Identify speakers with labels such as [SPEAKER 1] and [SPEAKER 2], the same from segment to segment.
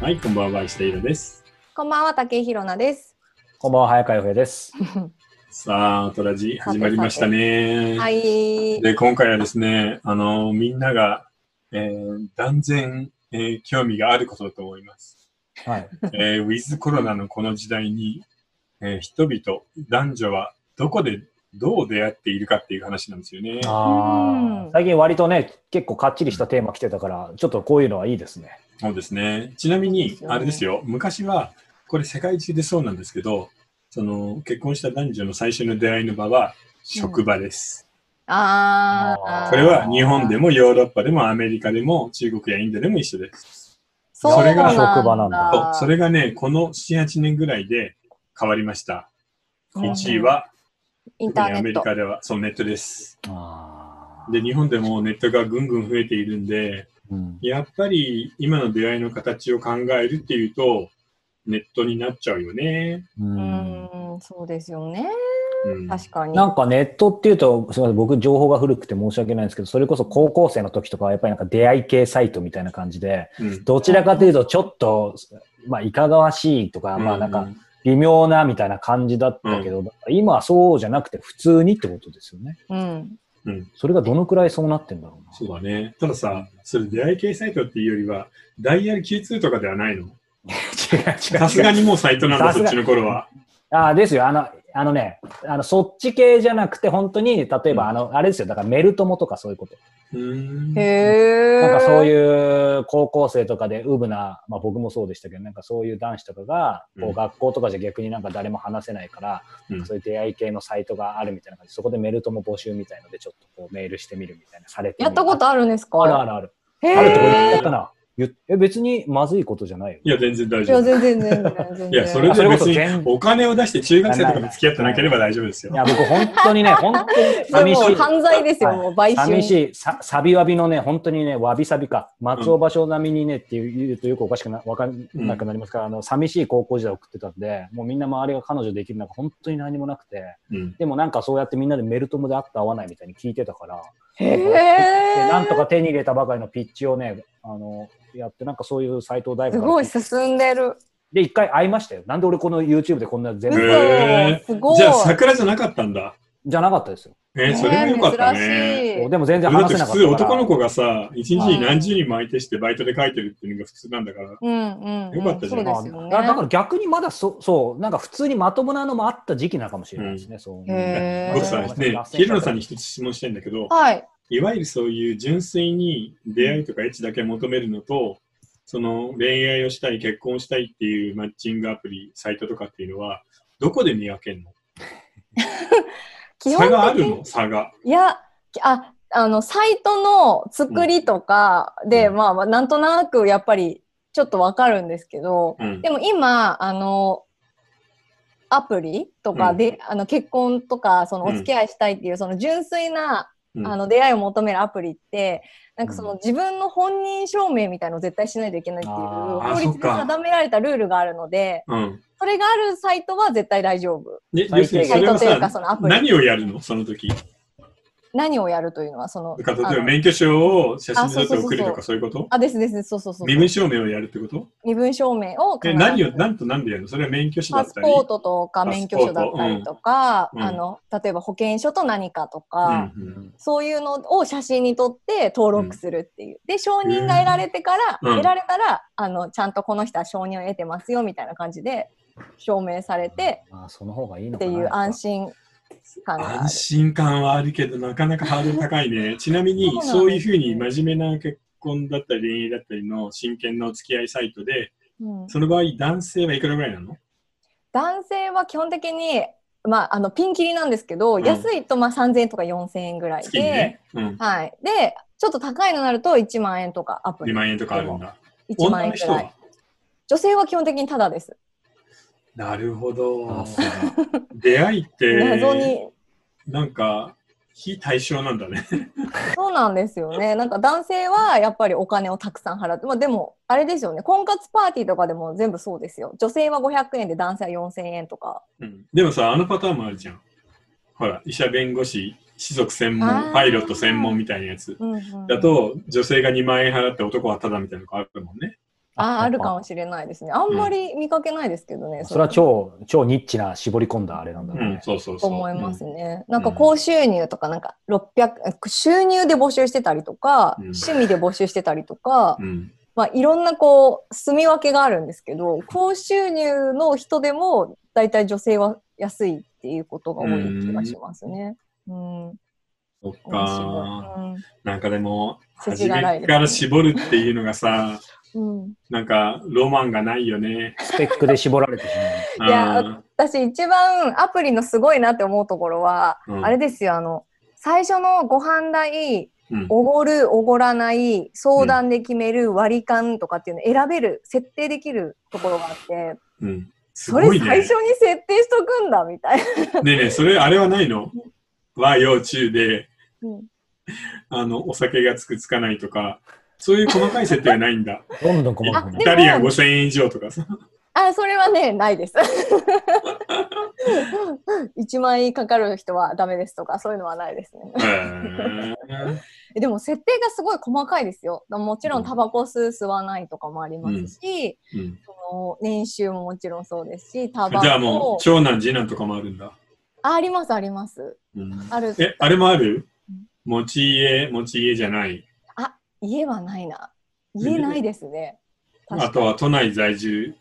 [SPEAKER 1] はい、こんばんは、石田ゆろです。
[SPEAKER 2] こんばんは、竹井ひろなです。
[SPEAKER 3] こんばんは、早川洋平です。
[SPEAKER 1] さあ、トラジ始まりましたね。
[SPEAKER 2] はい。
[SPEAKER 1] で、今回はですね、あの、みんなが、えー断然、えー興味があることだと思い ます。
[SPEAKER 3] はい。
[SPEAKER 1] えーウィズコロナのこの時代に、えー人々、男女はどこでどう出会っているかっていう話なんですよね。
[SPEAKER 3] あ
[SPEAKER 2] うん
[SPEAKER 3] あ、最近割とね、結構かっちりしたテーマ来てたから、ちょっとこういうのはいいですね。
[SPEAKER 1] そうですね。ちなみに
[SPEAKER 2] そうですよ、ね
[SPEAKER 1] あれですよ、昔は、これ世界中でそうなんですけど、その、結婚した男女の最初の出会いの場は、職場です。
[SPEAKER 2] あ
[SPEAKER 3] あ
[SPEAKER 2] ー
[SPEAKER 3] ー
[SPEAKER 1] これは日本でもヨーロッパでもアメリカでも中国やインドでも一緒です。
[SPEAKER 2] そう
[SPEAKER 1] それが
[SPEAKER 3] 職場なんだ
[SPEAKER 1] そうそれがね、この7、8年ぐらいで変わりました。
[SPEAKER 2] うん
[SPEAKER 1] 1位は、
[SPEAKER 2] インタ
[SPEAKER 1] 特に
[SPEAKER 2] ー
[SPEAKER 1] ア
[SPEAKER 2] ネ
[SPEAKER 1] メ
[SPEAKER 2] ッ
[SPEAKER 1] リ
[SPEAKER 2] ト。
[SPEAKER 1] カでは、そう、ネットです。
[SPEAKER 3] あ
[SPEAKER 1] で、日本でもネットがぐんぐん増えているんで、
[SPEAKER 3] うん、
[SPEAKER 1] やっぱり今の出会いの形を考えるっていうと、ネットになっちゃうよね。
[SPEAKER 3] う
[SPEAKER 2] うんーん、そうですよね。
[SPEAKER 1] うん、
[SPEAKER 2] 確かに。
[SPEAKER 3] なんかネットっていうと、すみません、僕、情報が古くて申し訳ないんですけど、それこそ高校生の時とかは、やっぱりなんか出会い系サイトみたいな感じで、
[SPEAKER 1] うん
[SPEAKER 3] どちらかというと、ちょっと、まあ、いかがわしいとか、まあ、なん
[SPEAKER 1] う
[SPEAKER 3] か、微妙なみたいな感じだったけど、今はそうじゃなくて、普通にってことですよね。
[SPEAKER 2] うん。
[SPEAKER 1] うん、
[SPEAKER 3] それがどのくらいそうなってんだろうな。
[SPEAKER 1] そうだね。たださ、それ出会い系サイトっていうよりは、ダイヤル Q2 とかではないの。
[SPEAKER 3] 違う違う違う
[SPEAKER 1] さすがにもうサイトなんだ、
[SPEAKER 3] さす
[SPEAKER 1] そっ
[SPEAKER 3] が
[SPEAKER 1] ちの頃は。
[SPEAKER 3] ああ、ですよ。あの、あのね、あの、そっち系じゃなくて、本当に、例え
[SPEAKER 1] うん
[SPEAKER 3] ば、あの、あれですよ。だから、メル友とかそういうこと。
[SPEAKER 1] うーん
[SPEAKER 2] へえ。
[SPEAKER 3] なんかそう
[SPEAKER 2] う。
[SPEAKER 3] いう高校生とかで、ウブな、まあ僕もそうでしたけど、なんかそういう男子とかが、
[SPEAKER 1] う
[SPEAKER 3] こ
[SPEAKER 1] ん
[SPEAKER 3] う、学校とかじゃ逆になんか誰も話せないから、
[SPEAKER 1] うん
[SPEAKER 3] なんかそういう出会い系のサイトがあるみたいな感じで、そこでメル友募集みたいので、ちょっとこう、メールしてみるみたいな、されてみ
[SPEAKER 2] や
[SPEAKER 3] る
[SPEAKER 2] ったことあるんですか
[SPEAKER 3] あるあるある。
[SPEAKER 2] へ
[SPEAKER 3] あるってこと
[SPEAKER 2] え。
[SPEAKER 3] やったな。言っえ、別にまずいことじゃないよ。
[SPEAKER 1] いや、全然大
[SPEAKER 2] い
[SPEAKER 1] 丈
[SPEAKER 2] や、
[SPEAKER 1] 夫。
[SPEAKER 2] 全然全然全然。
[SPEAKER 1] いや、それ
[SPEAKER 3] あ
[SPEAKER 1] で
[SPEAKER 3] それ
[SPEAKER 1] 別
[SPEAKER 3] こそ
[SPEAKER 1] に
[SPEAKER 3] 全
[SPEAKER 1] お金を出して中学生とかと付き合ってなければ大丈夫ですよ
[SPEAKER 3] い。や、僕、本当にね、本当に
[SPEAKER 2] それも
[SPEAKER 3] 寂し
[SPEAKER 2] う
[SPEAKER 3] い。
[SPEAKER 2] 犯罪ですよ、
[SPEAKER 3] はい
[SPEAKER 2] もう買収。
[SPEAKER 3] 寂しい、さ、サビワビのね、本当にね、わびさびか、松尾芭蕉並みにねっていう言うとよくおかしくな、わかんなくなりますから、あの、寂しい高校時代を送ってたんで、もうみんな周りが彼女できる中、本当に何もなくて、
[SPEAKER 1] うん
[SPEAKER 3] でもなんかそうやってみんなでメルトムで会った会わないみたいに聞いてたから、
[SPEAKER 2] へ
[SPEAKER 3] で
[SPEAKER 2] え。
[SPEAKER 3] なんとか手に入れたばかりのピッチをね、あの、やって、なんかそういうサイトを大
[SPEAKER 2] す
[SPEAKER 3] 学
[SPEAKER 2] ごい
[SPEAKER 3] で、
[SPEAKER 2] 進んでる。
[SPEAKER 3] で、一回会いましたよ。なんで俺この YouTube でこんな全
[SPEAKER 2] 嘘
[SPEAKER 3] 部、
[SPEAKER 1] へー
[SPEAKER 2] すごい。
[SPEAKER 1] じゃあ、桜じゃなかったんだ。
[SPEAKER 3] じゃなかったですよ。
[SPEAKER 1] えーそれもよかったね。
[SPEAKER 2] ね珍しい。
[SPEAKER 3] でも全然
[SPEAKER 1] だっ
[SPEAKER 3] 話
[SPEAKER 1] て
[SPEAKER 3] せな
[SPEAKER 1] 普
[SPEAKER 3] かったか
[SPEAKER 1] 通
[SPEAKER 3] ら。
[SPEAKER 1] 男の子がさ、一日に何十人も相手してバイトで書いてるっていうのが普通なんだから。
[SPEAKER 2] うんうんうん。
[SPEAKER 1] よかったじゃん
[SPEAKER 2] そうですよね。
[SPEAKER 3] あだだから逆にまだそそうなんか普通にまともなのもあった時期なのかもしれないですね、そう
[SPEAKER 2] へー
[SPEAKER 1] 僕さ、ね、ヒロノさんに一つ質問したいんだけど、
[SPEAKER 2] はい。
[SPEAKER 1] いわゆるそういう純粋に出会いとかエッチだけ求めるのと、その恋愛をしたい、結婚したいっていうマッチングアプリ、サイトとかっていうのは、どこで見分けるの
[SPEAKER 2] 基
[SPEAKER 1] 差があ
[SPEAKER 2] 本
[SPEAKER 1] る
[SPEAKER 2] 的に
[SPEAKER 1] の差が。
[SPEAKER 2] いや、あ、あの、サイトの作りとかで、
[SPEAKER 1] うん
[SPEAKER 2] まあまあ、なんとなくやっぱりちょっとわかるんですけど、
[SPEAKER 1] うん
[SPEAKER 2] でも今、あの、アプリとかで、あの結婚とかその
[SPEAKER 1] う
[SPEAKER 2] お
[SPEAKER 1] ん
[SPEAKER 2] 付き合いしたいっていう、その純粋な
[SPEAKER 1] うん
[SPEAKER 2] あの出会いを求めるアプリってなんかそうの自分の本人証明みたいのを絶対しないといけないっていう
[SPEAKER 3] あ
[SPEAKER 1] ー
[SPEAKER 2] 法律
[SPEAKER 1] そっ
[SPEAKER 2] で
[SPEAKER 1] か
[SPEAKER 2] 定められたルールがあるので
[SPEAKER 1] うん。
[SPEAKER 2] それがあるサイトは絶対大丈夫
[SPEAKER 1] で、
[SPEAKER 3] 最低
[SPEAKER 1] 要するにそ
[SPEAKER 2] サイ
[SPEAKER 1] れ
[SPEAKER 2] ト
[SPEAKER 1] は
[SPEAKER 2] というかそ
[SPEAKER 1] さ、
[SPEAKER 2] のアプリ
[SPEAKER 1] 何をやるのその時。
[SPEAKER 2] 何をやるというのはその
[SPEAKER 1] だから
[SPEAKER 2] あ
[SPEAKER 1] 例えば
[SPEAKER 2] の
[SPEAKER 1] 免許証を写真
[SPEAKER 2] あ
[SPEAKER 1] に撮っ
[SPEAKER 2] そう
[SPEAKER 1] て
[SPEAKER 2] そうそうそう
[SPEAKER 1] 送るとかそういうこと
[SPEAKER 2] あですですそうそうそう
[SPEAKER 1] 身分証明をやるってこと
[SPEAKER 2] 身分証明を必
[SPEAKER 1] え、
[SPEAKER 2] ず
[SPEAKER 1] 何を、なんと何でやるのそれは免許証だ
[SPEAKER 2] パ
[SPEAKER 1] っ
[SPEAKER 2] ス
[SPEAKER 1] たり。
[SPEAKER 2] ポートとか免許証だったりとか、
[SPEAKER 1] うん
[SPEAKER 2] あの例えば保険証と何かと
[SPEAKER 1] う
[SPEAKER 2] か、
[SPEAKER 1] ん
[SPEAKER 2] そういうのを写真に撮って登録するっていう。で、承認が得られてから、
[SPEAKER 1] うん
[SPEAKER 2] 得られたら、あの、ちゃんとこの人は承認を得てますよみたいな感じで証明されて
[SPEAKER 3] あーその方がいい
[SPEAKER 2] っ
[SPEAKER 3] のか
[SPEAKER 2] て
[SPEAKER 3] な
[SPEAKER 2] いう安心感
[SPEAKER 1] うん
[SPEAKER 2] がある
[SPEAKER 1] 安。心感はあるけど、なかなかハードル高い ね。ちなみに、
[SPEAKER 2] そ
[SPEAKER 1] そう
[SPEAKER 2] なんですね
[SPEAKER 1] ういうふうに真面目な結婚だったり恋愛だったりの真剣なお付き合いサイトで、
[SPEAKER 2] うん
[SPEAKER 1] その場合男性はいくらぐらいなの
[SPEAKER 2] 男性は基本的に、まあ、あの、ピンキリなんですけど、
[SPEAKER 1] ん
[SPEAKER 2] 安いとまあ3000円とか4000円ぐらい
[SPEAKER 1] 月
[SPEAKER 2] で、
[SPEAKER 1] にね。うん。
[SPEAKER 2] はい。で、ちょっと高いのになると1万円とかアプリ。
[SPEAKER 1] 2万円とかあるんだ。
[SPEAKER 2] 1
[SPEAKER 1] 女
[SPEAKER 2] 万円
[SPEAKER 1] の
[SPEAKER 2] ぐ
[SPEAKER 1] 人
[SPEAKER 2] らい
[SPEAKER 1] は。
[SPEAKER 2] 女性は基本的にタダです。
[SPEAKER 1] なるほ
[SPEAKER 3] あ
[SPEAKER 1] ど
[SPEAKER 3] ー。そう だ
[SPEAKER 1] 出会い
[SPEAKER 2] 謎
[SPEAKER 1] って、
[SPEAKER 2] に
[SPEAKER 1] なんか、非対称なんだね。
[SPEAKER 2] そうなんですよね。なんか男性はやっぱりお金をたくさん払って、まあ、でもあれですよね、婚活パーティーとかでも全部そうですよ。女性は500円で男性は4000円とか。
[SPEAKER 1] うんでもさ、あのパターンもあるじゃん。ほら、医者、弁護士、士族専
[SPEAKER 2] あ
[SPEAKER 1] 門、
[SPEAKER 2] ー
[SPEAKER 1] パイロット専門みたいなやつ。
[SPEAKER 2] うんうん
[SPEAKER 1] だと、女性が2万円払って男はタダみたいなのがあるもんね。
[SPEAKER 2] ああ
[SPEAKER 3] やっぱ
[SPEAKER 2] あるかもしれないですね。あんまり見かけないですけどね。
[SPEAKER 3] それは超、超ニッチな絞り込んだあれなんだろう
[SPEAKER 1] うん、
[SPEAKER 3] ね。
[SPEAKER 1] そうそう
[SPEAKER 2] と
[SPEAKER 1] そう。
[SPEAKER 2] 思いますね。
[SPEAKER 3] ん
[SPEAKER 2] なんか高収入とか、なんか600、収入で募集してたりとか、
[SPEAKER 1] うん
[SPEAKER 2] 趣味で募集してたりとか、
[SPEAKER 1] うん。
[SPEAKER 2] まあいろんなこう、住み分けがあるんですけど、高収入の人でも、だいたい女性は安いっていうことが多い気がしますね。うん。面
[SPEAKER 1] そっか。
[SPEAKER 2] 白
[SPEAKER 1] なんかでも、初
[SPEAKER 2] 筋
[SPEAKER 1] め
[SPEAKER 2] がないですね
[SPEAKER 1] から絞るっていうのがさ、
[SPEAKER 2] い。うん。うん
[SPEAKER 1] なんかロマンがないよね。
[SPEAKER 3] スペックで絞られてし
[SPEAKER 2] いや
[SPEAKER 1] うん
[SPEAKER 2] 私一番アプリのすごいなって思うところは、
[SPEAKER 1] うん
[SPEAKER 2] あれですよあの最初のご飯代
[SPEAKER 1] うん
[SPEAKER 2] おごるおごらない相談で決める割り勘とかっていうの選べる設定できるところがあって
[SPEAKER 1] うん。 す
[SPEAKER 2] そ
[SPEAKER 1] ご
[SPEAKER 2] れ
[SPEAKER 1] いね。
[SPEAKER 2] 最初に設定しとくんだみたいな。
[SPEAKER 1] ねえねえ、それあれはないの和洋中で、
[SPEAKER 2] うん
[SPEAKER 1] あの、お酒がつくつかないとか、そういう細かい設定はないん だ。
[SPEAKER 3] まう。どんどん細かくな
[SPEAKER 1] イ
[SPEAKER 3] る。
[SPEAKER 1] タリアン5000円以上とかさ。
[SPEAKER 2] あそれはねないです。1万円かかる人はダメですとかそういうのはないですね。
[SPEAKER 1] へー
[SPEAKER 2] えでも設定がすごい細かいですよ。もちろんタバコ吸う吸わないとかもありますし、
[SPEAKER 1] うん
[SPEAKER 2] その年収ももちろんそうですし、タバコ
[SPEAKER 1] じゃあもう、長男、次男とかもあるんだ。
[SPEAKER 2] あありますあります。
[SPEAKER 1] うん
[SPEAKER 2] ある
[SPEAKER 1] え、あれもある
[SPEAKER 2] うん
[SPEAKER 1] 持ち家、持ち家じゃない。
[SPEAKER 2] あ家はないな。家ないですね。
[SPEAKER 1] あ
[SPEAKER 2] 確
[SPEAKER 1] と
[SPEAKER 2] かに。
[SPEAKER 1] は都内在住。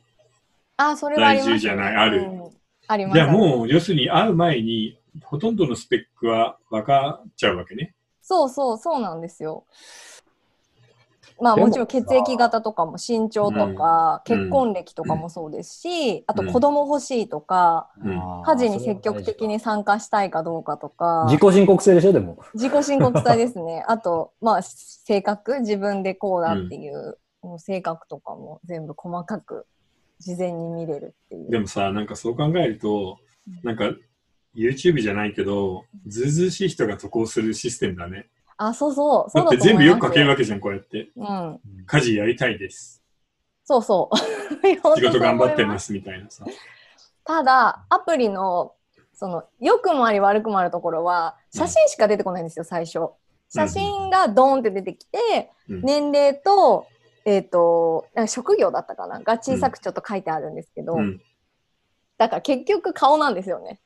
[SPEAKER 2] あ、それはあります、
[SPEAKER 1] 在住じゃないある
[SPEAKER 2] うんあります。
[SPEAKER 1] じゃあもう、要するに会う前に、ほとんどのスペックは分かっちゃうわけね。
[SPEAKER 2] そうそうそうなんですよ。まあ
[SPEAKER 3] でも
[SPEAKER 2] もちろん血液型とかも身長とか、
[SPEAKER 1] うん
[SPEAKER 2] 結婚歴とかもそうですし、あと子供欲しいとか、
[SPEAKER 1] うん
[SPEAKER 3] あー
[SPEAKER 2] 家事に積極的に。参加したいかどうかとか。
[SPEAKER 3] 自己申告制でしょ、でも。
[SPEAKER 2] 自己申告罪で すね。あと、まあ、性格、自分でこうだっていう、もう性格とかも全部細かく事前に見れるっていう。
[SPEAKER 1] でもさ、なんかそう考えると、なんか YouTube じゃないけど、ずうずうしい人が渡航するシステムだね。
[SPEAKER 2] あ、そうそう、そ
[SPEAKER 1] だ
[SPEAKER 2] う
[SPEAKER 1] って
[SPEAKER 2] だと思います。
[SPEAKER 1] 全部よく書けるわけじゃん、こうやって。
[SPEAKER 2] うん、
[SPEAKER 1] 家事やりたいです。
[SPEAKER 2] そうそう。いや
[SPEAKER 1] 仕事頑張ってま。
[SPEAKER 2] 本当そう思います
[SPEAKER 1] すみたいなさ。
[SPEAKER 2] ただ、アプリの、その、良くもあり悪くもあるところは、写真しか出てこないんですよ、最初。写真がドーンって出てきて、
[SPEAKER 1] うん
[SPEAKER 2] 年齢と、えっ、と、なんか職業だったかなが小さくちょっと書いてあるんですけど、
[SPEAKER 1] うん。
[SPEAKER 2] だから結局顔なんですよね。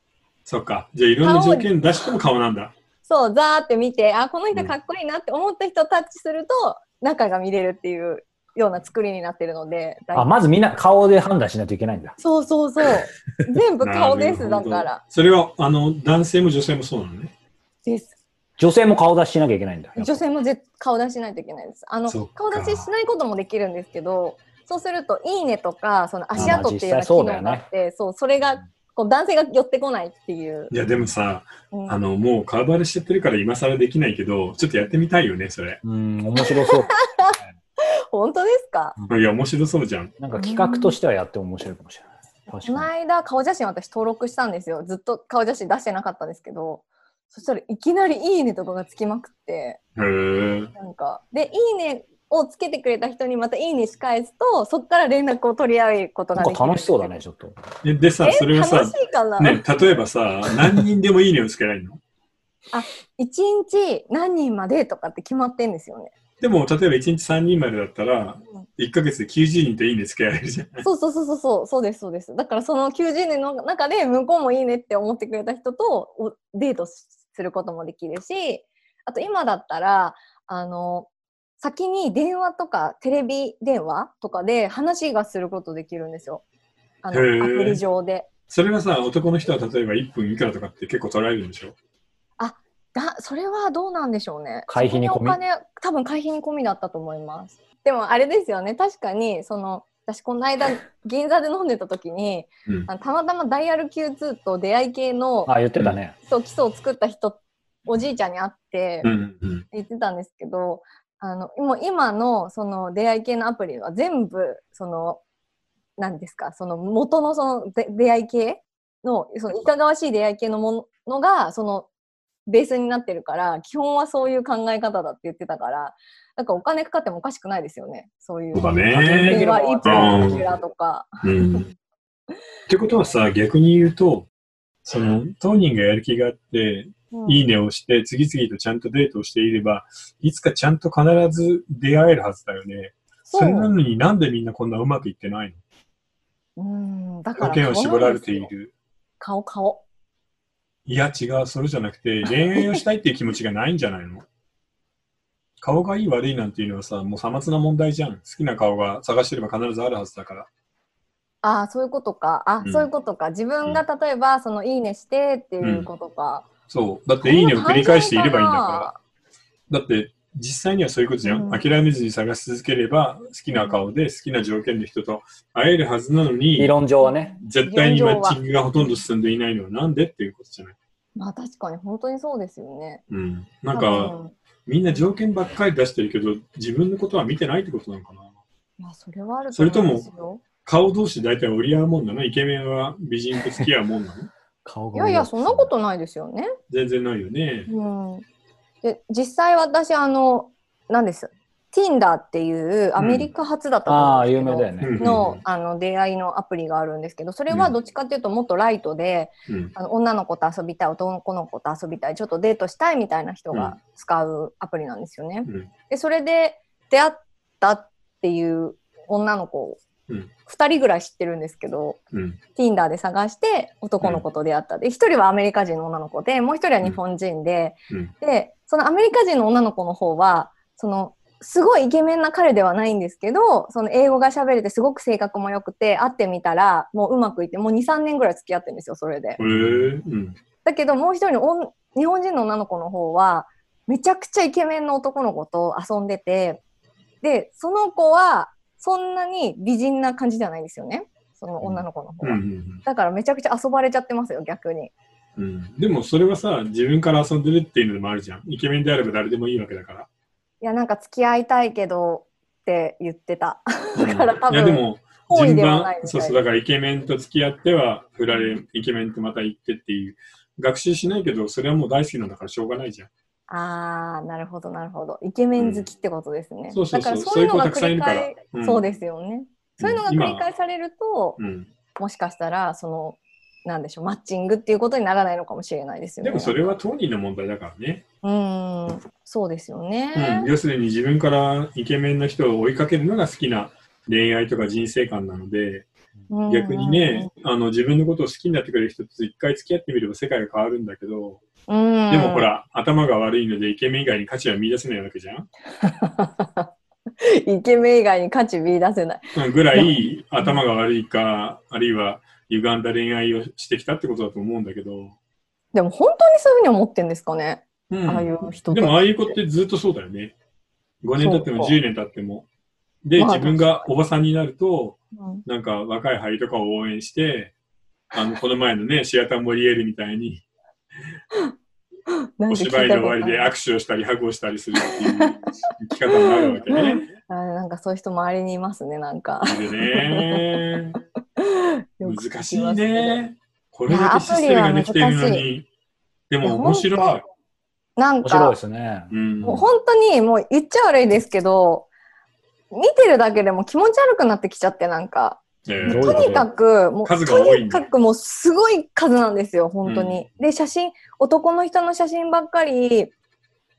[SPEAKER 1] そっか。じゃあいろんな条件出しても顔なんだ。
[SPEAKER 2] そう、ざーって見て、あ、この
[SPEAKER 1] う
[SPEAKER 2] 人
[SPEAKER 1] ん
[SPEAKER 2] かっこいいなって思った人をタッチすると、中が見れるっていうような作りになってるので、だい
[SPEAKER 3] あ、まずみんな顔で判断しないといけないんだ。
[SPEAKER 2] そうそうそう。 全部顔です、
[SPEAKER 1] な
[SPEAKER 2] だ
[SPEAKER 1] るほど
[SPEAKER 2] から。。
[SPEAKER 1] それは、あの、男性も女性もそうなのね。
[SPEAKER 2] です。
[SPEAKER 3] 女性も顔出ししなきゃいけないんだ。
[SPEAKER 2] 女性もぜ顔出しないといけないです。あの、
[SPEAKER 1] そっか
[SPEAKER 2] 顔出ししないこともできるんですけど、そうすると、いいねとか、その足
[SPEAKER 3] まあまあ
[SPEAKER 2] 跡っていうような
[SPEAKER 3] 実際
[SPEAKER 2] 機
[SPEAKER 3] そう
[SPEAKER 2] 能
[SPEAKER 3] だよね
[SPEAKER 2] があって、そう、それが、こう男性が寄ってこないっていう。
[SPEAKER 1] いや、でもさ、
[SPEAKER 2] うん
[SPEAKER 1] あの、もう顔バレしちゃってるから今更できないけど、ちょっとやってみたいよね、それ。
[SPEAKER 3] うん、面白そう。
[SPEAKER 2] 本当ですか
[SPEAKER 1] いや、面白そうじゃん。
[SPEAKER 3] なんか企画としてはやっても面白いかもしれない。確
[SPEAKER 2] この
[SPEAKER 3] か
[SPEAKER 2] 間顔写真私登録したんですよずっと顔写真出してなかったんですけどそしたらいきなり「いいね」とかがつきまくって
[SPEAKER 1] へー。
[SPEAKER 2] なんかで「いいね」をつけてくれた人にまた「いいね」し返すとそこから連絡を取り合うこと
[SPEAKER 3] に。な
[SPEAKER 2] が
[SPEAKER 3] ん
[SPEAKER 2] でき
[SPEAKER 3] か
[SPEAKER 2] る
[SPEAKER 3] 楽しそうだね、ちょっと。
[SPEAKER 1] ででさ、それ
[SPEAKER 2] え
[SPEAKER 1] は
[SPEAKER 2] 楽
[SPEAKER 1] さ
[SPEAKER 2] し、いかな、
[SPEAKER 1] ね、例えばさ、何人でもいいねをつけられるの
[SPEAKER 2] 一日何人までとかって決まってんですよね、
[SPEAKER 1] でも、例えば1日3人までだったら、1ヶ月で90人といいねつけられるじゃん。
[SPEAKER 2] そうそうそうそうそうそうですそうですだからその90年の中で向こうもいいねって思ってくれた人とおデートすることもできるしあと今だったらあの先に電話とかテレビ電話とかで話がすることできるんですよあの
[SPEAKER 1] へー
[SPEAKER 2] アプリ上で
[SPEAKER 1] それがさ、男の人は例えば1分いくらとかって結構取られるんでしょ
[SPEAKER 2] だそれはどうなんでしょうね
[SPEAKER 3] 会費に込
[SPEAKER 2] そこ
[SPEAKER 3] み
[SPEAKER 2] お金多分会費に込みだったと思いますでもあれですよね確かにその私この間銀座で飲んでた時に
[SPEAKER 1] うん。
[SPEAKER 2] あのたまたまダイヤル Q2 と出会い系の
[SPEAKER 3] あ、言ってたね。
[SPEAKER 2] そう基礎を作った人おじいちゃんに会って
[SPEAKER 1] うんうん。
[SPEAKER 2] 言ってたんですけど、あのもう今のその出会い系のアプリは全部その何ですかその元のそので出会い系のそのいかがわしい出会い系のものがそのベースになってるから基本はそういう考え方だって言ってたからなんかお金かかってもおかしくないですよねそういう
[SPEAKER 1] そうだ
[SPEAKER 3] え
[SPEAKER 2] 電
[SPEAKER 1] ね。
[SPEAKER 2] 話1本のらとか。
[SPEAKER 1] うん。ってことはさ、逆に言うと、その、当人がやる気があって、
[SPEAKER 2] うん
[SPEAKER 1] いいねをして、次々とちゃんとデートをしていれば、いつかちゃんと必ず出会えるはずだよね。それなのになんでみんなこんなうまくいってない
[SPEAKER 2] うん、だか
[SPEAKER 1] の
[SPEAKER 2] ら
[SPEAKER 1] 条件を絞られてい
[SPEAKER 2] 顔なんですよ。
[SPEAKER 1] る。
[SPEAKER 2] 顔、顔。
[SPEAKER 1] いや、違う、それじゃなくて、恋愛をしたいっていう気持ちがないんじゃないの顔がいい悪いなんていうのはさ、もうさまつな問題じゃん。好きな顔が探してれば必ずあるはずだから。
[SPEAKER 2] ああ、そういうことか。あ、
[SPEAKER 1] うん
[SPEAKER 2] そういうことか。自分が例えば、その、いいねしてっていうことか。。
[SPEAKER 1] そう。だって、いいねを繰り返していればいいんだからら。だって、実際にはそういうことじゃん。
[SPEAKER 2] うん
[SPEAKER 1] 諦めずに探し続ければ、好きな顔で好きな条件で人と会えるはずなの
[SPEAKER 3] 理
[SPEAKER 1] に、
[SPEAKER 3] 論上はね。
[SPEAKER 1] 絶対にマッチングがほとんど進んでいないのはなんでっていうことじゃない。
[SPEAKER 2] まあ、確かに、本当にそうですよね。
[SPEAKER 1] うん。なん
[SPEAKER 2] 多
[SPEAKER 1] か、
[SPEAKER 2] 分
[SPEAKER 1] みんな条件ばっかり出してるけど、自分のことは見てないってことなのかな。
[SPEAKER 2] いや、それはある
[SPEAKER 1] それとも
[SPEAKER 2] 思いますよ
[SPEAKER 1] 顔同士大体折り合うもんなのイケメンは美人と付き合うもんなの
[SPEAKER 3] 顔が
[SPEAKER 2] いやいや、そんなことないですよね。
[SPEAKER 1] 全然ないよね。
[SPEAKER 2] うん。で、実際私、あの、なんです。Tinder っていうアメリカ発だったと
[SPEAKER 3] あ
[SPEAKER 2] 思うん
[SPEAKER 3] あ、
[SPEAKER 2] です
[SPEAKER 3] 有
[SPEAKER 2] けど、
[SPEAKER 3] 名だよね。
[SPEAKER 2] のあの出会いのアプリがあるんですけどそれはどっちかっていうともっとライトで、
[SPEAKER 1] うん
[SPEAKER 2] あの女の子と遊びたい男の子と遊びたいちょっとデートしたいみたいな人が使うアプリなんですよね。
[SPEAKER 1] うん
[SPEAKER 2] でそれで出会ったっていう女の子を
[SPEAKER 1] うん
[SPEAKER 2] 2人ぐらい知ってるんですけど、
[SPEAKER 1] うん
[SPEAKER 2] Tinder で探して男の子と出会ったで1人はアメリカ人の女の子でもう1人は日本人で、
[SPEAKER 1] うん
[SPEAKER 2] でそのアメリカ人の女の子の方はそのすごいイケメンな彼ではないんですけどその英語が喋れてすごく性格も良くて会ってみたらもううまくいってもう23年ぐらい付き合ってるんですよそれで
[SPEAKER 1] へえ。うん
[SPEAKER 2] だけどもう一人のおん日本人の女の子の方はめちゃくちゃイケメンの男の子と遊んでてでその子はそんなに美人な感じじゃないんですよねその女の子の方
[SPEAKER 1] うん
[SPEAKER 2] は、
[SPEAKER 1] うん
[SPEAKER 2] だからめちゃくちゃ遊ばれちゃってますよ逆に
[SPEAKER 1] うんうんでもそれはさ自分から遊んでるっていうのでもあるじゃんイケメンであれば誰でもいいわけだか
[SPEAKER 2] いやなんか付き合いたいけどって言って た
[SPEAKER 1] ら
[SPEAKER 2] だから多分
[SPEAKER 1] うんいやでも
[SPEAKER 2] 好意
[SPEAKER 1] 順
[SPEAKER 2] では
[SPEAKER 1] 番
[SPEAKER 2] ないみた
[SPEAKER 1] そ
[SPEAKER 2] いうな
[SPEAKER 1] そうだからイケメンと付き合っては振られイケメンとまた行ってっていう学習しないけどそれはもう大好きなんだからしょうがないじゃん
[SPEAKER 2] あーなるほどなるほどイケメン好きってことですね、
[SPEAKER 1] そうそうそ
[SPEAKER 2] だか
[SPEAKER 1] う
[SPEAKER 2] ら
[SPEAKER 1] そ
[SPEAKER 2] そうう
[SPEAKER 1] い
[SPEAKER 2] いう
[SPEAKER 1] 子
[SPEAKER 2] うの
[SPEAKER 1] た
[SPEAKER 2] が
[SPEAKER 1] くさん
[SPEAKER 2] 繰
[SPEAKER 1] い
[SPEAKER 2] り
[SPEAKER 1] るから
[SPEAKER 2] 返
[SPEAKER 1] うん
[SPEAKER 2] そうですよねそういうのが繰り返されると、
[SPEAKER 1] うん
[SPEAKER 2] もしかしたらそのなんでしょうマッチングっていうことにならないのかもしれないですよね。
[SPEAKER 1] でもそれは当人の問題だからね
[SPEAKER 2] うーんそうですよ
[SPEAKER 1] う
[SPEAKER 2] ね
[SPEAKER 1] ん、。要するに自分からイケメンの人を追いかけるのが好きな恋愛とか人生観なので
[SPEAKER 2] うん
[SPEAKER 1] 逆にね、あの自分のことを好きになってくれる人と一回付き合ってみれば世界が変わるんだけど
[SPEAKER 2] うん、
[SPEAKER 1] でもほら頭が悪いのでイケメン以外に価値は見出せないわけじゃん、
[SPEAKER 2] イケメン以外に価値見出せない。
[SPEAKER 1] うん、ぐらい頭が悪いかあるいは歪んだ恋愛をしてきたってことだと思うんだけど、
[SPEAKER 2] でも本当にそういうふうに思ってんですかね、
[SPEAKER 1] うん
[SPEAKER 2] ああいう人
[SPEAKER 1] で
[SPEAKER 2] と
[SPEAKER 1] もああいう子ってずっとそうだよね5年経っても
[SPEAKER 2] そう
[SPEAKER 1] 10年経ってもで
[SPEAKER 2] まあ
[SPEAKER 1] 自分がおばさんになると
[SPEAKER 2] うん
[SPEAKER 1] なんか若い俳優とかを応援して、あの、この前のね、シアターモリエールみたいに、
[SPEAKER 2] なん
[SPEAKER 1] お
[SPEAKER 2] か聞い
[SPEAKER 1] 芝居
[SPEAKER 2] た
[SPEAKER 1] の
[SPEAKER 2] こと
[SPEAKER 1] 終わりで
[SPEAKER 2] ある
[SPEAKER 1] 握手をしたり、ハグをしたりするっていう生き方があるわけ ね。
[SPEAKER 2] あーなんかそういう人周りにいますねなんか。
[SPEAKER 1] でね、難し
[SPEAKER 2] よく聞きますけど
[SPEAKER 1] い。ね。これだけシステムができているのに、でも面白い。
[SPEAKER 2] なん
[SPEAKER 3] 面白い
[SPEAKER 2] か
[SPEAKER 3] ですね。
[SPEAKER 1] うん。
[SPEAKER 2] もう本当にもう言っちゃ悪いですけど見てるだけでも気持ち悪くなってきちゃってなんか。
[SPEAKER 1] え
[SPEAKER 3] どう
[SPEAKER 1] ー
[SPEAKER 2] とにかく、もう、
[SPEAKER 1] 数が多
[SPEAKER 2] と
[SPEAKER 1] いん
[SPEAKER 2] に
[SPEAKER 1] だ
[SPEAKER 2] かくもうすごい数なんですよ、本当に。で、写真、男の人の写真ばっかり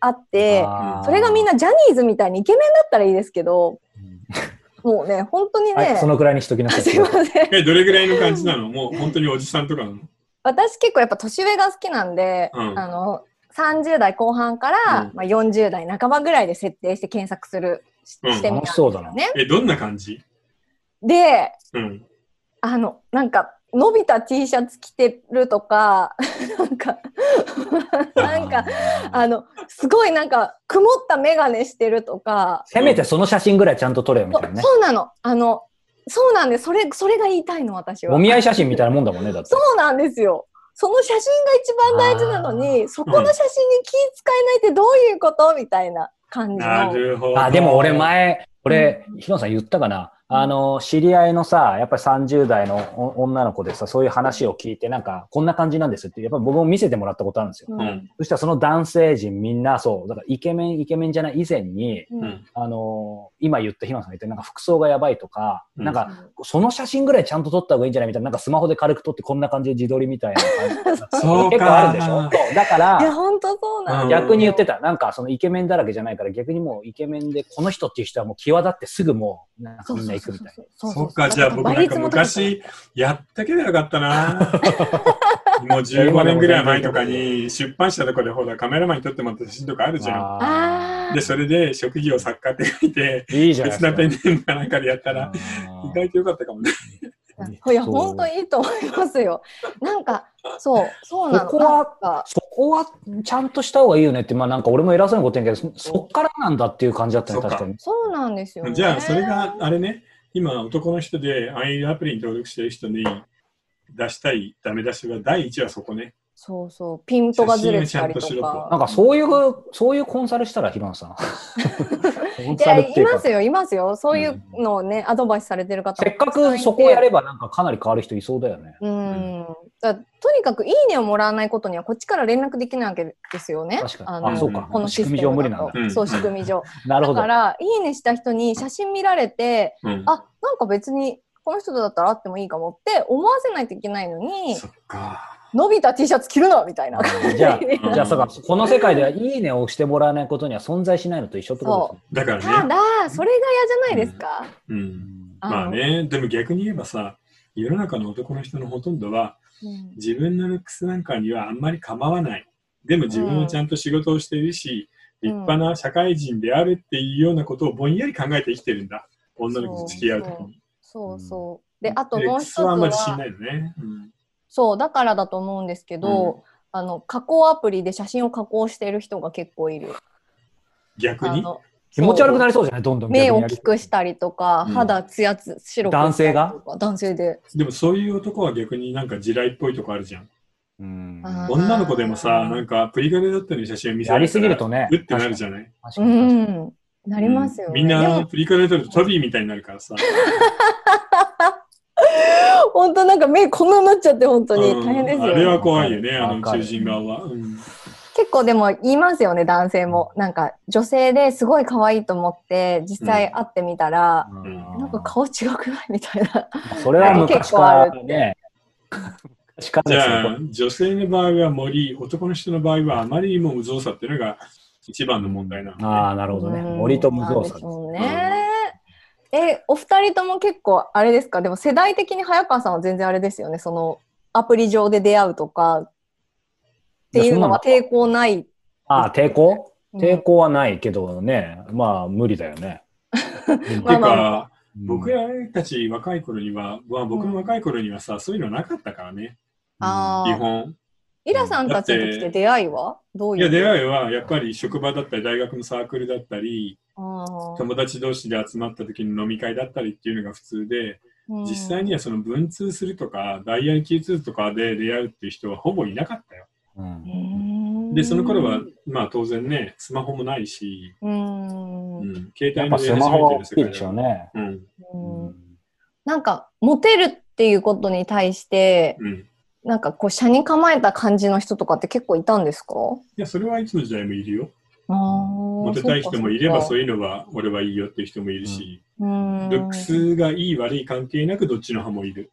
[SPEAKER 2] あって、
[SPEAKER 3] あー
[SPEAKER 2] それがみん、なジャニーズみたいにイケメンだったらいいですけど、
[SPEAKER 3] うん
[SPEAKER 2] もうね、本当にね、
[SPEAKER 3] はい、そのくらいにしときなさい。
[SPEAKER 2] すいません。
[SPEAKER 1] え、どれぐらいの感じなのもう本当におじさんとかなの
[SPEAKER 2] 私結構やっぱ年上が好きなんで、
[SPEAKER 1] うん
[SPEAKER 2] あの、30代後半から、
[SPEAKER 1] うん
[SPEAKER 2] まあ、40代半ばぐらいで設定して検索する、し
[SPEAKER 1] うん
[SPEAKER 2] してみ
[SPEAKER 3] 楽
[SPEAKER 2] たん
[SPEAKER 3] しそうだな。
[SPEAKER 2] ね。
[SPEAKER 1] え、どんな感じ
[SPEAKER 2] で、
[SPEAKER 1] うん。
[SPEAKER 2] あの、なんか、伸びた T シャツ着てるとか、 なんか、なんか、
[SPEAKER 3] あー、
[SPEAKER 2] あの、すごいなんか、曇った眼鏡してるとか、
[SPEAKER 3] せめてその写真ぐらいちゃんと撮れよみ
[SPEAKER 2] そ
[SPEAKER 3] たいなね。
[SPEAKER 2] そうなの。あの、そうなんで、それ、それが言いたいの、私は。
[SPEAKER 3] お見合い写真みたいなもんだもんね、だって。
[SPEAKER 2] そうなんですよ。その写真が一番大事なのに、そこの写真に気使えないってどういうことみたいな感じ
[SPEAKER 1] な
[SPEAKER 2] の。
[SPEAKER 1] るほど。
[SPEAKER 3] あ、でも俺前、俺、ヒロさん言ったかな。あの、知り合いのさ、やっぱり30代のお女の子でさ、そういう話を聞いて、なんか、こんな感じなんですって、やっぱ僕も見せてもらったことあるんですよ。
[SPEAKER 2] うん
[SPEAKER 1] うん
[SPEAKER 3] そしたらその男性陣みんな、そう、だからイケメン、イケメンじゃない以前に、
[SPEAKER 1] う
[SPEAKER 2] うん
[SPEAKER 1] ん
[SPEAKER 3] あのー今言ったひまさんが言って、なんか服装がやばいとか、
[SPEAKER 1] うん
[SPEAKER 3] なんか、その写真ぐらいちゃんと撮った方がいいんじゃないみたいな、なんかスマホで軽く撮ってこんな感じで自撮りみたいな感じ。
[SPEAKER 1] そう
[SPEAKER 3] 結構あるでしょ
[SPEAKER 1] か
[SPEAKER 3] そうだか
[SPEAKER 2] いや、
[SPEAKER 3] ら、
[SPEAKER 2] ほんとそうなんだよ
[SPEAKER 3] 逆に言ってた。なんかそのイケメンだらけじゃないから、逆にもうイケメンで、この人っていう人はもう際立ってすぐもう、なんかみんな行くみたいな。
[SPEAKER 2] そ
[SPEAKER 1] そ
[SPEAKER 2] うそうそうそう
[SPEAKER 1] っか、じゃあ僕なんか
[SPEAKER 2] 倍率も高い
[SPEAKER 1] 昔やったければよかったな。もう15年ぐらい前とかに出版社とかでほらカメラマンに撮ってもらった写真とかあるじゃん。
[SPEAKER 2] あ
[SPEAKER 1] で、それで職業作家って書いて、
[SPEAKER 3] ーいいじゃないで
[SPEAKER 1] 別
[SPEAKER 3] すか
[SPEAKER 1] な。ペンネームかなんかでやったら、
[SPEAKER 3] あ
[SPEAKER 1] 意
[SPEAKER 3] ー
[SPEAKER 1] 外とよかったかもね。
[SPEAKER 2] あ。いや、ほんといいと思いますよ。なんか、そう、そうなの。
[SPEAKER 3] ここは
[SPEAKER 2] なんか
[SPEAKER 3] そこはちゃんとした方がいいよねって、まあなんか俺も偉そうなこと言うけど、そそっからなんだっていう感じだったね、
[SPEAKER 1] そっか
[SPEAKER 3] 確かに。
[SPEAKER 2] そうなんですよ、ね。
[SPEAKER 1] じゃあ、それがあれね、今男の人で、ああいうアプリに登録してる人に出したいダメ出しは第一はそこね。
[SPEAKER 2] そうそう、ピントがずれてたりと
[SPEAKER 1] 写真をちゃんとしろ
[SPEAKER 3] なん
[SPEAKER 2] か。
[SPEAKER 3] かそういう、そういうコンサルしたら、ヒロンさん。コン
[SPEAKER 2] い
[SPEAKER 3] サ
[SPEAKER 2] や、
[SPEAKER 3] ルっ
[SPEAKER 2] い
[SPEAKER 3] ていう
[SPEAKER 2] ま
[SPEAKER 3] か
[SPEAKER 2] す。よ、いますよ。そういうのをね、アドバイスされてる方
[SPEAKER 3] せっかくそこをやればなんかかなり変わる人いそうだよね。
[SPEAKER 2] うん、だからとにかく「いいね」をもらわないことにはこっちから連絡できないわけですよね。
[SPEAKER 3] 確かに。
[SPEAKER 2] あ
[SPEAKER 3] あ
[SPEAKER 2] の
[SPEAKER 3] そうか。
[SPEAKER 2] このシス
[SPEAKER 3] 仕組み
[SPEAKER 2] テ
[SPEAKER 3] 上
[SPEAKER 2] ム
[SPEAKER 3] 無
[SPEAKER 2] だ
[SPEAKER 3] 理なん
[SPEAKER 2] と
[SPEAKER 3] だ。
[SPEAKER 1] うん
[SPEAKER 2] そう仕組み上
[SPEAKER 3] なるほ
[SPEAKER 2] だ
[SPEAKER 3] ど
[SPEAKER 2] か。ら「いいね」した人に写真見られて
[SPEAKER 1] うん
[SPEAKER 2] あなんか別にこの人だったら会ってもいいかもって思わせないといけないのに
[SPEAKER 1] そっか。
[SPEAKER 2] 「伸びた T シャツ着るな」みたいな。
[SPEAKER 3] じゃ
[SPEAKER 1] うん
[SPEAKER 3] あ、じゃあそうか。この世界では、いいねをしてもらわないことには存在しないのと一緒ってことですね。
[SPEAKER 1] だか
[SPEAKER 2] た
[SPEAKER 1] らね。
[SPEAKER 2] だそれが嫌じゃないですか。
[SPEAKER 1] うん
[SPEAKER 2] あの
[SPEAKER 1] まあ。ね、でも逆に言えばさ、世の中の男の人のほとんどは、
[SPEAKER 2] うん
[SPEAKER 1] 自分のルックスなんかにはあんまり構わない。でも自分はちゃんと仕事をしているし、
[SPEAKER 2] うん
[SPEAKER 1] 立派な社会人であるっていうようなことをぼんやり考えて生きてるんだ。女の子と付き合うときに。
[SPEAKER 2] そうそう。であと
[SPEAKER 1] ル
[SPEAKER 2] も
[SPEAKER 1] ッ
[SPEAKER 2] う
[SPEAKER 1] ク
[SPEAKER 2] 一つ
[SPEAKER 1] スはあんまり自信
[SPEAKER 2] は
[SPEAKER 1] ないよね。うん
[SPEAKER 2] そうだからだと思うんですけ
[SPEAKER 1] う
[SPEAKER 2] ど、あの加工アプリで写真を加工している人が結構いる。
[SPEAKER 1] 逆
[SPEAKER 2] あ
[SPEAKER 1] に
[SPEAKER 2] の
[SPEAKER 3] 気持ち悪くな
[SPEAKER 2] る
[SPEAKER 3] りそうじゃないどんどん逆に
[SPEAKER 2] 目
[SPEAKER 3] やり。
[SPEAKER 2] を大きくしたりとか、
[SPEAKER 1] うん
[SPEAKER 2] 肌ツヤツ白く
[SPEAKER 3] 男性
[SPEAKER 2] し
[SPEAKER 3] が
[SPEAKER 2] たりとか男性で
[SPEAKER 1] でもそういう男は逆になんか地雷っぽいとこあるじゃん。
[SPEAKER 3] うん。
[SPEAKER 2] あー
[SPEAKER 1] 女の子でもさ、なんかプリガネだったのに写真を見せら
[SPEAKER 3] や
[SPEAKER 1] れた
[SPEAKER 3] りす
[SPEAKER 1] ら
[SPEAKER 3] ぎるとね。
[SPEAKER 1] うってなるじゃない。
[SPEAKER 3] 確
[SPEAKER 2] う
[SPEAKER 3] かに確かに
[SPEAKER 2] んなりますよ、ね
[SPEAKER 1] みん
[SPEAKER 2] で
[SPEAKER 1] な
[SPEAKER 2] も
[SPEAKER 1] プリガネ撮るとトビーみたいになるからさ。
[SPEAKER 2] 本当なんか目こんなになっちゃって本当に
[SPEAKER 1] うん
[SPEAKER 2] 大変です
[SPEAKER 1] あれ
[SPEAKER 2] よ、
[SPEAKER 1] は怖いよね、あの
[SPEAKER 3] わかる
[SPEAKER 1] 中心側は。うん
[SPEAKER 2] 結構でも言いますよね男性もなんか女性ですごい可愛いと思って実際会ってみたら、
[SPEAKER 1] う
[SPEAKER 2] なんか顔違くないみたいな。
[SPEAKER 3] それは昔からね。 昔か
[SPEAKER 1] じ
[SPEAKER 3] ら
[SPEAKER 1] ゃ
[SPEAKER 3] です
[SPEAKER 1] あ、女性の場合は森、男の人の場合はあまりにも無造作っていうのが一番の問題なの、
[SPEAKER 3] よ。
[SPEAKER 1] ね。
[SPEAKER 3] ああ、なるほどね。
[SPEAKER 2] うん
[SPEAKER 3] 森と無造
[SPEAKER 2] なんで
[SPEAKER 3] 作
[SPEAKER 2] す。もんね。え、お二人とも結構あれですかでも世代的に早川さんは全然あれですよね。そのアプリ上で出会うとかっていうのは抵抗ない。
[SPEAKER 3] ああ、抵抗
[SPEAKER 2] うん
[SPEAKER 3] 抵抗はないけどね、まあ無理だよ ね。
[SPEAKER 1] ていうか、
[SPEAKER 2] まあま
[SPEAKER 1] 僕
[SPEAKER 3] や
[SPEAKER 1] らたち若い頃には、まあ、僕の若い頃にはさ、そういうのなかったからね、
[SPEAKER 2] あ
[SPEAKER 1] 基
[SPEAKER 2] あ。
[SPEAKER 1] 本。
[SPEAKER 2] イラさんたちにとって出会いはどう
[SPEAKER 1] い
[SPEAKER 2] いう
[SPEAKER 1] や、出会いはやっぱり職場だったり、大学のサークルだったり、
[SPEAKER 2] あー
[SPEAKER 1] 友達同士で集まった時の飲み会だったりっていうのが普通で、
[SPEAKER 2] うん
[SPEAKER 1] 実際にはその文通するとか、ダイヤル Q2 とかで出会うっていう人はほぼいなかったよ。
[SPEAKER 2] うーん
[SPEAKER 1] で、その頃は、まあ当然ね、スマホもないし、
[SPEAKER 2] うー
[SPEAKER 1] うんん、携
[SPEAKER 3] っ
[SPEAKER 1] 帯
[SPEAKER 3] ぱ
[SPEAKER 1] も
[SPEAKER 3] スマホは大きい
[SPEAKER 1] で
[SPEAKER 3] でしょうね。
[SPEAKER 1] うん、
[SPEAKER 2] うん
[SPEAKER 3] うん
[SPEAKER 2] なんかモテるっていうことに対して
[SPEAKER 1] うん。い
[SPEAKER 2] なんかこう斜に構えた感じの人とかって結構いたんですか
[SPEAKER 1] や、それはいつの時代もいるよ。
[SPEAKER 2] モ
[SPEAKER 1] モテたい人もいれば、そう
[SPEAKER 2] いう
[SPEAKER 1] いうのは俺はいいよっていう人もいるし、
[SPEAKER 2] うーん
[SPEAKER 1] ルックスがいい悪い関係なくどっちの派もいる。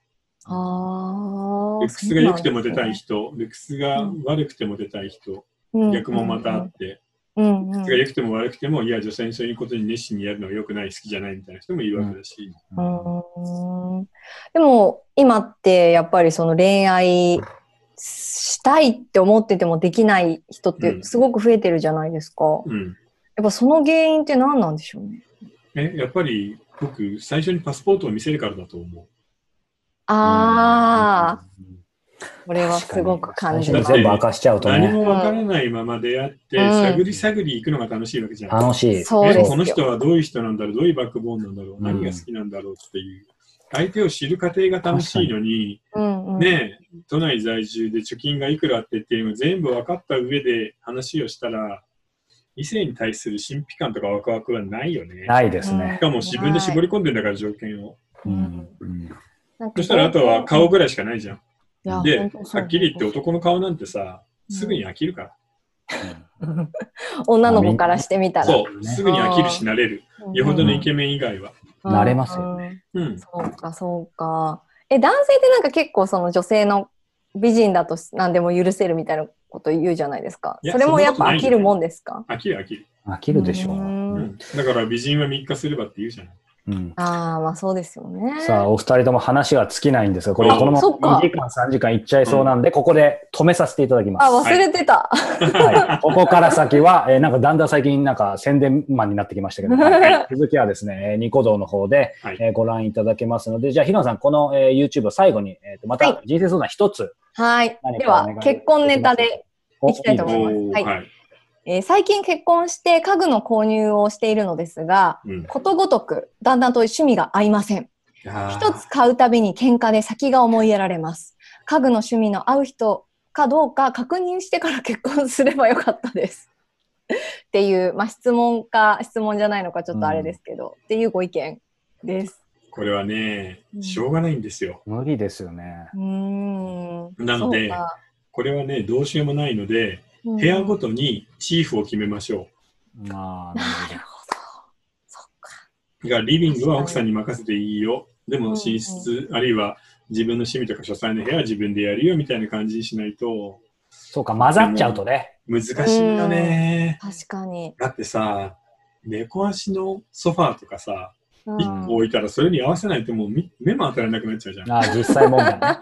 [SPEAKER 2] あ
[SPEAKER 1] ルックスが良くても出たい
[SPEAKER 2] 人、
[SPEAKER 1] 人、ルックスが悪くても出たい人、
[SPEAKER 2] うん
[SPEAKER 1] 逆もまたあって、
[SPEAKER 2] うんうん
[SPEAKER 1] ルックスが良くても悪くても、いや、女性にそういうことに熱心にやるのは良くない、好きじゃないみたいな人もいるわけだし、
[SPEAKER 2] うんうんでも今ってやっぱりその恋愛したいって思っててもできない人っ
[SPEAKER 1] う
[SPEAKER 2] て
[SPEAKER 1] ん
[SPEAKER 2] すごく増えてるじゃないですか、
[SPEAKER 1] うん。
[SPEAKER 2] やっぱその原因って何なんでしょうね
[SPEAKER 1] え、やっぱり僕、最初にパスポートを見せるからだと思う。
[SPEAKER 2] ああ、これはすごく感じ
[SPEAKER 3] 最
[SPEAKER 2] ま
[SPEAKER 3] 初
[SPEAKER 2] す
[SPEAKER 3] に全部明かしちゃうと
[SPEAKER 1] 何
[SPEAKER 3] ね、
[SPEAKER 1] もわからないまま出会って、
[SPEAKER 2] うん
[SPEAKER 1] 探り探り行くのが楽しいわけじゃん。
[SPEAKER 3] 楽しい。
[SPEAKER 2] そうです
[SPEAKER 1] え
[SPEAKER 2] よ
[SPEAKER 1] この人はどういう人なんだろう、どういうバックボーンなんだろう、
[SPEAKER 3] うん
[SPEAKER 1] 何が好きなんだろうっていう、相手を知る過程が楽しいのに、
[SPEAKER 2] うんうん
[SPEAKER 1] ねえ、都内在住で貯金がいくらあってっていうのを全部分かった上で話をしたら、異性に対する神秘感とかワクワクはないよね。
[SPEAKER 3] ないですね
[SPEAKER 1] し。かも自分で絞り込んでんだから条件を。
[SPEAKER 3] うん。
[SPEAKER 1] うん
[SPEAKER 2] なんか
[SPEAKER 1] そしたらあとは顔ぐらいしかないじゃん。
[SPEAKER 2] いや
[SPEAKER 1] で、
[SPEAKER 2] 本当そう
[SPEAKER 1] はっきり言って男の顔なんてさ、すぐに飽きるから。
[SPEAKER 2] 女の子からしてみたら。
[SPEAKER 1] そう、すぐに飽きるし慣れる。
[SPEAKER 2] うん
[SPEAKER 1] よほどのイケメン以外は。
[SPEAKER 2] うん
[SPEAKER 3] 慣れますよ
[SPEAKER 2] ね。
[SPEAKER 1] うん。
[SPEAKER 2] そうか、そうか。え、男性ってなんか結構その女性の美人だと何でも許せるみたいなこと言うじゃないですか。
[SPEAKER 1] いや
[SPEAKER 2] それもやっぱ
[SPEAKER 1] そんなことない
[SPEAKER 2] 飽きるもんですか
[SPEAKER 1] 飽きる飽きる。
[SPEAKER 3] 飽きるでしょ
[SPEAKER 2] う
[SPEAKER 3] う。
[SPEAKER 1] うんん。だから美人は3日すればって言うじゃない。
[SPEAKER 3] うん。
[SPEAKER 2] ああ、まあそうですよね。
[SPEAKER 3] さあ、お二人とも話は尽きないんですが、これ
[SPEAKER 1] あ
[SPEAKER 3] このま
[SPEAKER 2] そっか
[SPEAKER 3] ま2時間、3時間いっちゃいそうなんで、ここで止めさせていただきます。
[SPEAKER 2] あ、忘れてた。
[SPEAKER 3] はい、ここから先は、えーなんかだんだん最近なんか宣伝マンになってきましたけど、
[SPEAKER 1] はい
[SPEAKER 3] 続きはですね、えーニコ動の方で、
[SPEAKER 1] はい
[SPEAKER 3] えーご覧いただけますので、じゃあ、ヒロンさん、この、えー YouTube を最後に、えーとまた人生相談一つ、
[SPEAKER 2] はい
[SPEAKER 3] 何。か
[SPEAKER 2] で
[SPEAKER 3] お
[SPEAKER 2] は
[SPEAKER 3] 願い、
[SPEAKER 2] 結婚ネタで、
[SPEAKER 3] お
[SPEAKER 2] いきたいと思います
[SPEAKER 1] おー
[SPEAKER 2] はい
[SPEAKER 1] はい。
[SPEAKER 2] えー最近結婚して家具の購入をしているのですが、
[SPEAKER 1] うん。
[SPEAKER 2] ことごとく、だんだんと趣味が合いません。一
[SPEAKER 1] 一
[SPEAKER 2] つ。買うたびに喧嘩で先が思いやられます。家具の趣味の合う人かどうか確認してから結婚すればよかったです。っていう、まあ、質問か質問じゃないのかちょっとあれですけど、っていうご意見です。
[SPEAKER 1] これはね
[SPEAKER 2] う、ん
[SPEAKER 1] しょうがないんですよ。
[SPEAKER 3] 無理ですよね。
[SPEAKER 2] うーん。
[SPEAKER 1] なので
[SPEAKER 2] そうか
[SPEAKER 1] これはね、どうしようもないので、
[SPEAKER 2] うん
[SPEAKER 1] 部屋ごとにチーフを決めましょ
[SPEAKER 3] まあ、
[SPEAKER 2] な
[SPEAKER 3] な
[SPEAKER 2] る
[SPEAKER 3] る
[SPEAKER 2] ほど。そっか。
[SPEAKER 1] う。がリビングは奥さんに任せていいよ。で
[SPEAKER 2] うん
[SPEAKER 1] も寝室、あるいは自分の趣味とか書斎の部屋は自分でやるよみたいな感じにしないと
[SPEAKER 3] そうか、混ざっちゃうとね。
[SPEAKER 1] 難しいよね。
[SPEAKER 2] 確かに。
[SPEAKER 1] だってさ、猫足のソファーとかさ、
[SPEAKER 2] うん
[SPEAKER 1] 1個置いたらそれに合わせないともうみ目も当たらなくなっちゃうじゃん。
[SPEAKER 3] あー実際問題ね。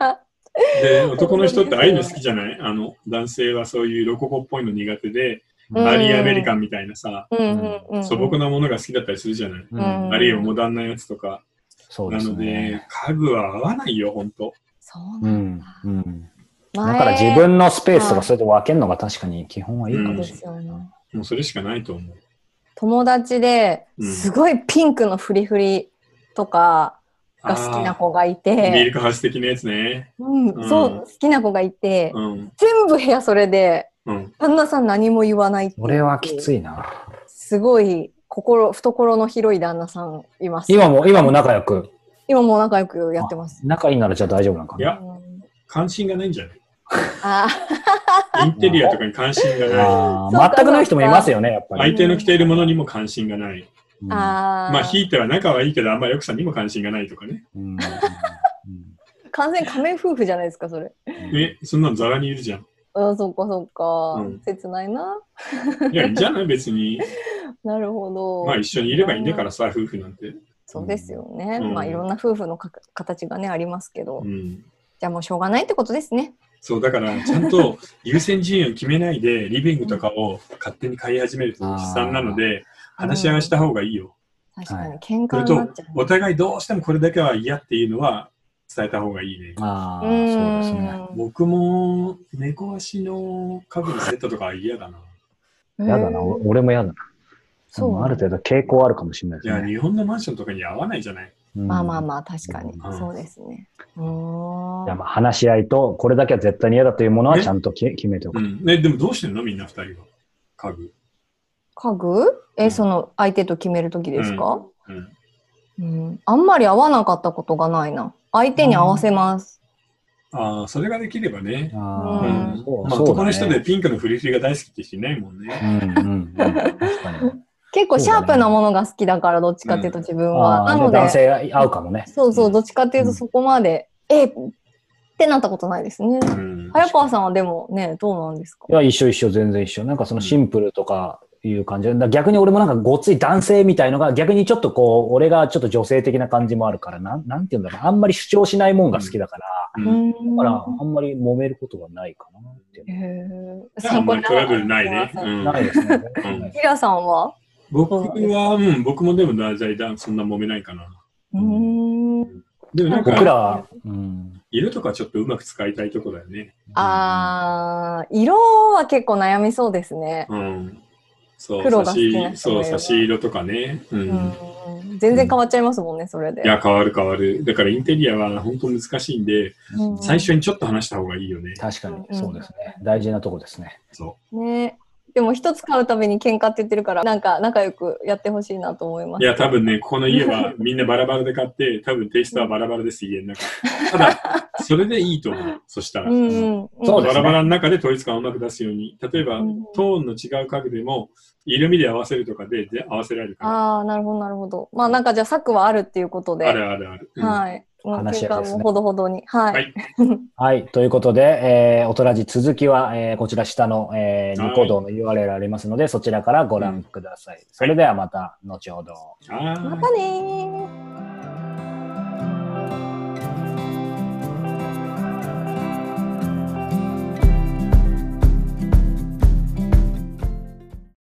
[SPEAKER 1] で、男の人ってああいうの好きじゃないあの、男性はそういうロココっぽいの苦手で、
[SPEAKER 2] うん
[SPEAKER 1] バリーアメリカンみたいなさ、
[SPEAKER 2] うんうんうん、
[SPEAKER 1] 素朴なものが好きだったりするじゃない、
[SPEAKER 3] う
[SPEAKER 2] うん
[SPEAKER 3] ん
[SPEAKER 1] あるいはモダンなやつとか。
[SPEAKER 3] そうで
[SPEAKER 1] な
[SPEAKER 3] す
[SPEAKER 1] ので
[SPEAKER 3] ね。、
[SPEAKER 1] 家具は合わないよ、ほんと。
[SPEAKER 2] そう
[SPEAKER 3] う
[SPEAKER 2] なん
[SPEAKER 3] ん
[SPEAKER 2] だ。。
[SPEAKER 3] うん。だ
[SPEAKER 2] 前
[SPEAKER 3] から自分のスペースとかそれと分けるのが確かに基本はいいか
[SPEAKER 1] うん
[SPEAKER 3] も
[SPEAKER 2] で
[SPEAKER 3] しれ
[SPEAKER 2] すよね。
[SPEAKER 1] もうそれしかないと思う。
[SPEAKER 2] 友達で
[SPEAKER 1] うん
[SPEAKER 2] すごいピンクのフリフリとかが好きな子がい
[SPEAKER 1] ミル
[SPEAKER 2] て、
[SPEAKER 1] クハウス的なやつね。
[SPEAKER 2] うん
[SPEAKER 1] うん
[SPEAKER 2] そう好きな子がいて、
[SPEAKER 1] うん。
[SPEAKER 2] 全部部屋それで
[SPEAKER 1] うん。
[SPEAKER 2] 旦那さん何も言わないっていう
[SPEAKER 3] ない。俺はきついな。
[SPEAKER 2] すごい心懐の広い旦那さんいます
[SPEAKER 3] 今も、今も仲良く。
[SPEAKER 2] 今も仲良くやってます
[SPEAKER 3] 仲いいならじゃあ大丈夫なんか
[SPEAKER 1] い
[SPEAKER 3] な。
[SPEAKER 1] や、
[SPEAKER 2] うん
[SPEAKER 1] 関心がないんじゃない
[SPEAKER 2] あ
[SPEAKER 1] インテリアとかに関心がない。
[SPEAKER 3] あ
[SPEAKER 2] そう
[SPEAKER 3] ー
[SPEAKER 2] か
[SPEAKER 3] 全くない人もいますよね、やっぱり。
[SPEAKER 1] 相手の着ているものにも関心がない。
[SPEAKER 3] うん
[SPEAKER 2] あー
[SPEAKER 1] まあ、ひいては仲はいいけど、あんまり奥さんにも関心がないとかね。
[SPEAKER 3] うん
[SPEAKER 2] 完全に仮面夫婦じゃないですかそれ
[SPEAKER 1] え、そんなのザラにいるじゃん。
[SPEAKER 2] うんそっかそっか、
[SPEAKER 1] うん
[SPEAKER 2] 切ないない
[SPEAKER 1] や、いいんじゃない別に。
[SPEAKER 2] なるほど、
[SPEAKER 1] まあ、一緒にいればいいんだからさ、夫婦なんて。
[SPEAKER 2] そうですよね、
[SPEAKER 1] うん
[SPEAKER 2] まあいろんな夫婦のか形がねありますけど、
[SPEAKER 1] うん。
[SPEAKER 2] じゃあもうしょうがないってことですね
[SPEAKER 1] そう、だから、ちゃん と優先順位を決めないで、リビングとかを勝手に買い始めると悲惨なので、
[SPEAKER 2] あー
[SPEAKER 1] 話し合いをした方がいいよ。
[SPEAKER 2] 確か
[SPEAKER 3] は
[SPEAKER 2] に喧
[SPEAKER 1] それ
[SPEAKER 2] 嘩にな
[SPEAKER 1] と
[SPEAKER 2] っちゃう、、
[SPEAKER 1] お互いどうしてもこれだけは嫌っていうのは伝えた方がいいね。
[SPEAKER 3] ああ、
[SPEAKER 2] うーん
[SPEAKER 3] そうですね。
[SPEAKER 1] 僕も、猫足の家具のセットとかは嫌だな。
[SPEAKER 3] やだな、
[SPEAKER 2] へー
[SPEAKER 3] お俺もやだな。
[SPEAKER 2] そう
[SPEAKER 3] でもある程度傾向はあるかもしれない
[SPEAKER 1] い
[SPEAKER 3] です
[SPEAKER 1] や、
[SPEAKER 3] ね。
[SPEAKER 1] 日本のマンションとかに合わないじゃない。
[SPEAKER 3] うん
[SPEAKER 2] まあまあまあ確かに、
[SPEAKER 1] うん
[SPEAKER 2] そうですねうーん
[SPEAKER 3] いやまあ話し合いと、これだけは絶対に嫌だというものはちゃんとき決めておく。
[SPEAKER 1] うん。ね、でもどうしてんのみんな二人は。家具。
[SPEAKER 2] 家具え、
[SPEAKER 1] うん
[SPEAKER 2] その相手と決める時ですか、
[SPEAKER 1] うん。
[SPEAKER 2] うんあんまり合わなかったことがないな相手に合わせます、
[SPEAKER 1] ああ、それができればね。
[SPEAKER 3] あ
[SPEAKER 2] う
[SPEAKER 3] あ、そう
[SPEAKER 1] まあ、
[SPEAKER 3] そう
[SPEAKER 1] 男
[SPEAKER 3] だ
[SPEAKER 1] の人で
[SPEAKER 3] ね。
[SPEAKER 1] ピンクのフリフリが大好きって人いないもんね。
[SPEAKER 3] うんうんうん確か に。
[SPEAKER 2] 結構シャープなものが好きだからどっちかっていうと自分は、
[SPEAKER 3] あ
[SPEAKER 2] な
[SPEAKER 3] あ、じゃあ
[SPEAKER 2] ので
[SPEAKER 3] 男性が合うかもね。
[SPEAKER 2] そうそううんどっちかっていうとそこまで、えってなったことないですね、
[SPEAKER 1] うん。
[SPEAKER 2] 早川さんはでもねどうなんですか
[SPEAKER 3] いや、一緒一緒、全然一緒。なんかそのシンプルとかいう感じで、だから逆に俺もなんかごつい男性みたいのが、逆にちょっとこう、俺がちょっと女性的な感じもあるから、なん、なんていうんだろうな。あんまり主張しないもんが好きだから、
[SPEAKER 1] うん
[SPEAKER 2] うん
[SPEAKER 3] だからあんまり揉めることがないかなっていう
[SPEAKER 2] へ
[SPEAKER 3] の
[SPEAKER 2] ー
[SPEAKER 1] あんまりトラブルないね。う
[SPEAKER 3] は
[SPEAKER 1] ん
[SPEAKER 3] ないですね。
[SPEAKER 1] うん
[SPEAKER 2] ヒラさんは
[SPEAKER 1] 僕は、うん、僕もでも大体だそんな揉めないかな。
[SPEAKER 2] う
[SPEAKER 3] う
[SPEAKER 2] ーん
[SPEAKER 1] でもなん
[SPEAKER 3] 僕
[SPEAKER 1] か、
[SPEAKER 3] らは、うん。
[SPEAKER 1] 色とかちょっとうまく使いたいとこだよね。
[SPEAKER 2] あー色は結構悩みそうですね。
[SPEAKER 1] うん。そう、
[SPEAKER 2] 黒
[SPEAKER 1] 差
[SPEAKER 2] が好
[SPEAKER 1] し
[SPEAKER 2] きな人
[SPEAKER 1] そ
[SPEAKER 2] も
[SPEAKER 1] う
[SPEAKER 2] いれば
[SPEAKER 1] 差し色とかね。うん。
[SPEAKER 2] うん全然変わっちゃいますもんね、それで
[SPEAKER 1] い。や、変わる変わる。だからインテリアは本当難しいんで、
[SPEAKER 2] うん
[SPEAKER 1] 最初にちょっと話した方がいいよね。
[SPEAKER 3] 確かに
[SPEAKER 2] うん、うん
[SPEAKER 3] そうですね。大事なとこですね。
[SPEAKER 1] そ
[SPEAKER 2] ねでも一つ買うたびに喧嘩って言ってるから、なんか仲良くやってほしいなと思いま
[SPEAKER 1] い
[SPEAKER 2] す。
[SPEAKER 1] や、多分ね、ここの家 はみんなバラバラで買って、多分テイストはバラバラです、家の中。ただ、それでいいと思う。そしたら。
[SPEAKER 2] うんうん、うん。
[SPEAKER 3] そう
[SPEAKER 1] バ
[SPEAKER 3] ですね
[SPEAKER 1] ラバラの中で統一感をうまく出すように。例えば、
[SPEAKER 2] うん
[SPEAKER 1] トーンの違う家具でも、色味で合わせるとかでで合わせられるから。
[SPEAKER 2] ああ、なるほど、なるほど。まあなんかじゃあ策はあるっていうことで。
[SPEAKER 1] あるあるある。うん
[SPEAKER 2] はい。もう
[SPEAKER 3] 話し
[SPEAKER 2] 喧
[SPEAKER 3] 合
[SPEAKER 2] 嘩
[SPEAKER 3] いですね
[SPEAKER 2] もほどほどに。はい。
[SPEAKER 1] はい
[SPEAKER 3] はい。ということで、えー、おとらじ続きは、えー、こちら下の、えー、ニコ動の URL ありますので、そちらからご覧ください。それではまた後ほど。
[SPEAKER 1] あー
[SPEAKER 2] またねー。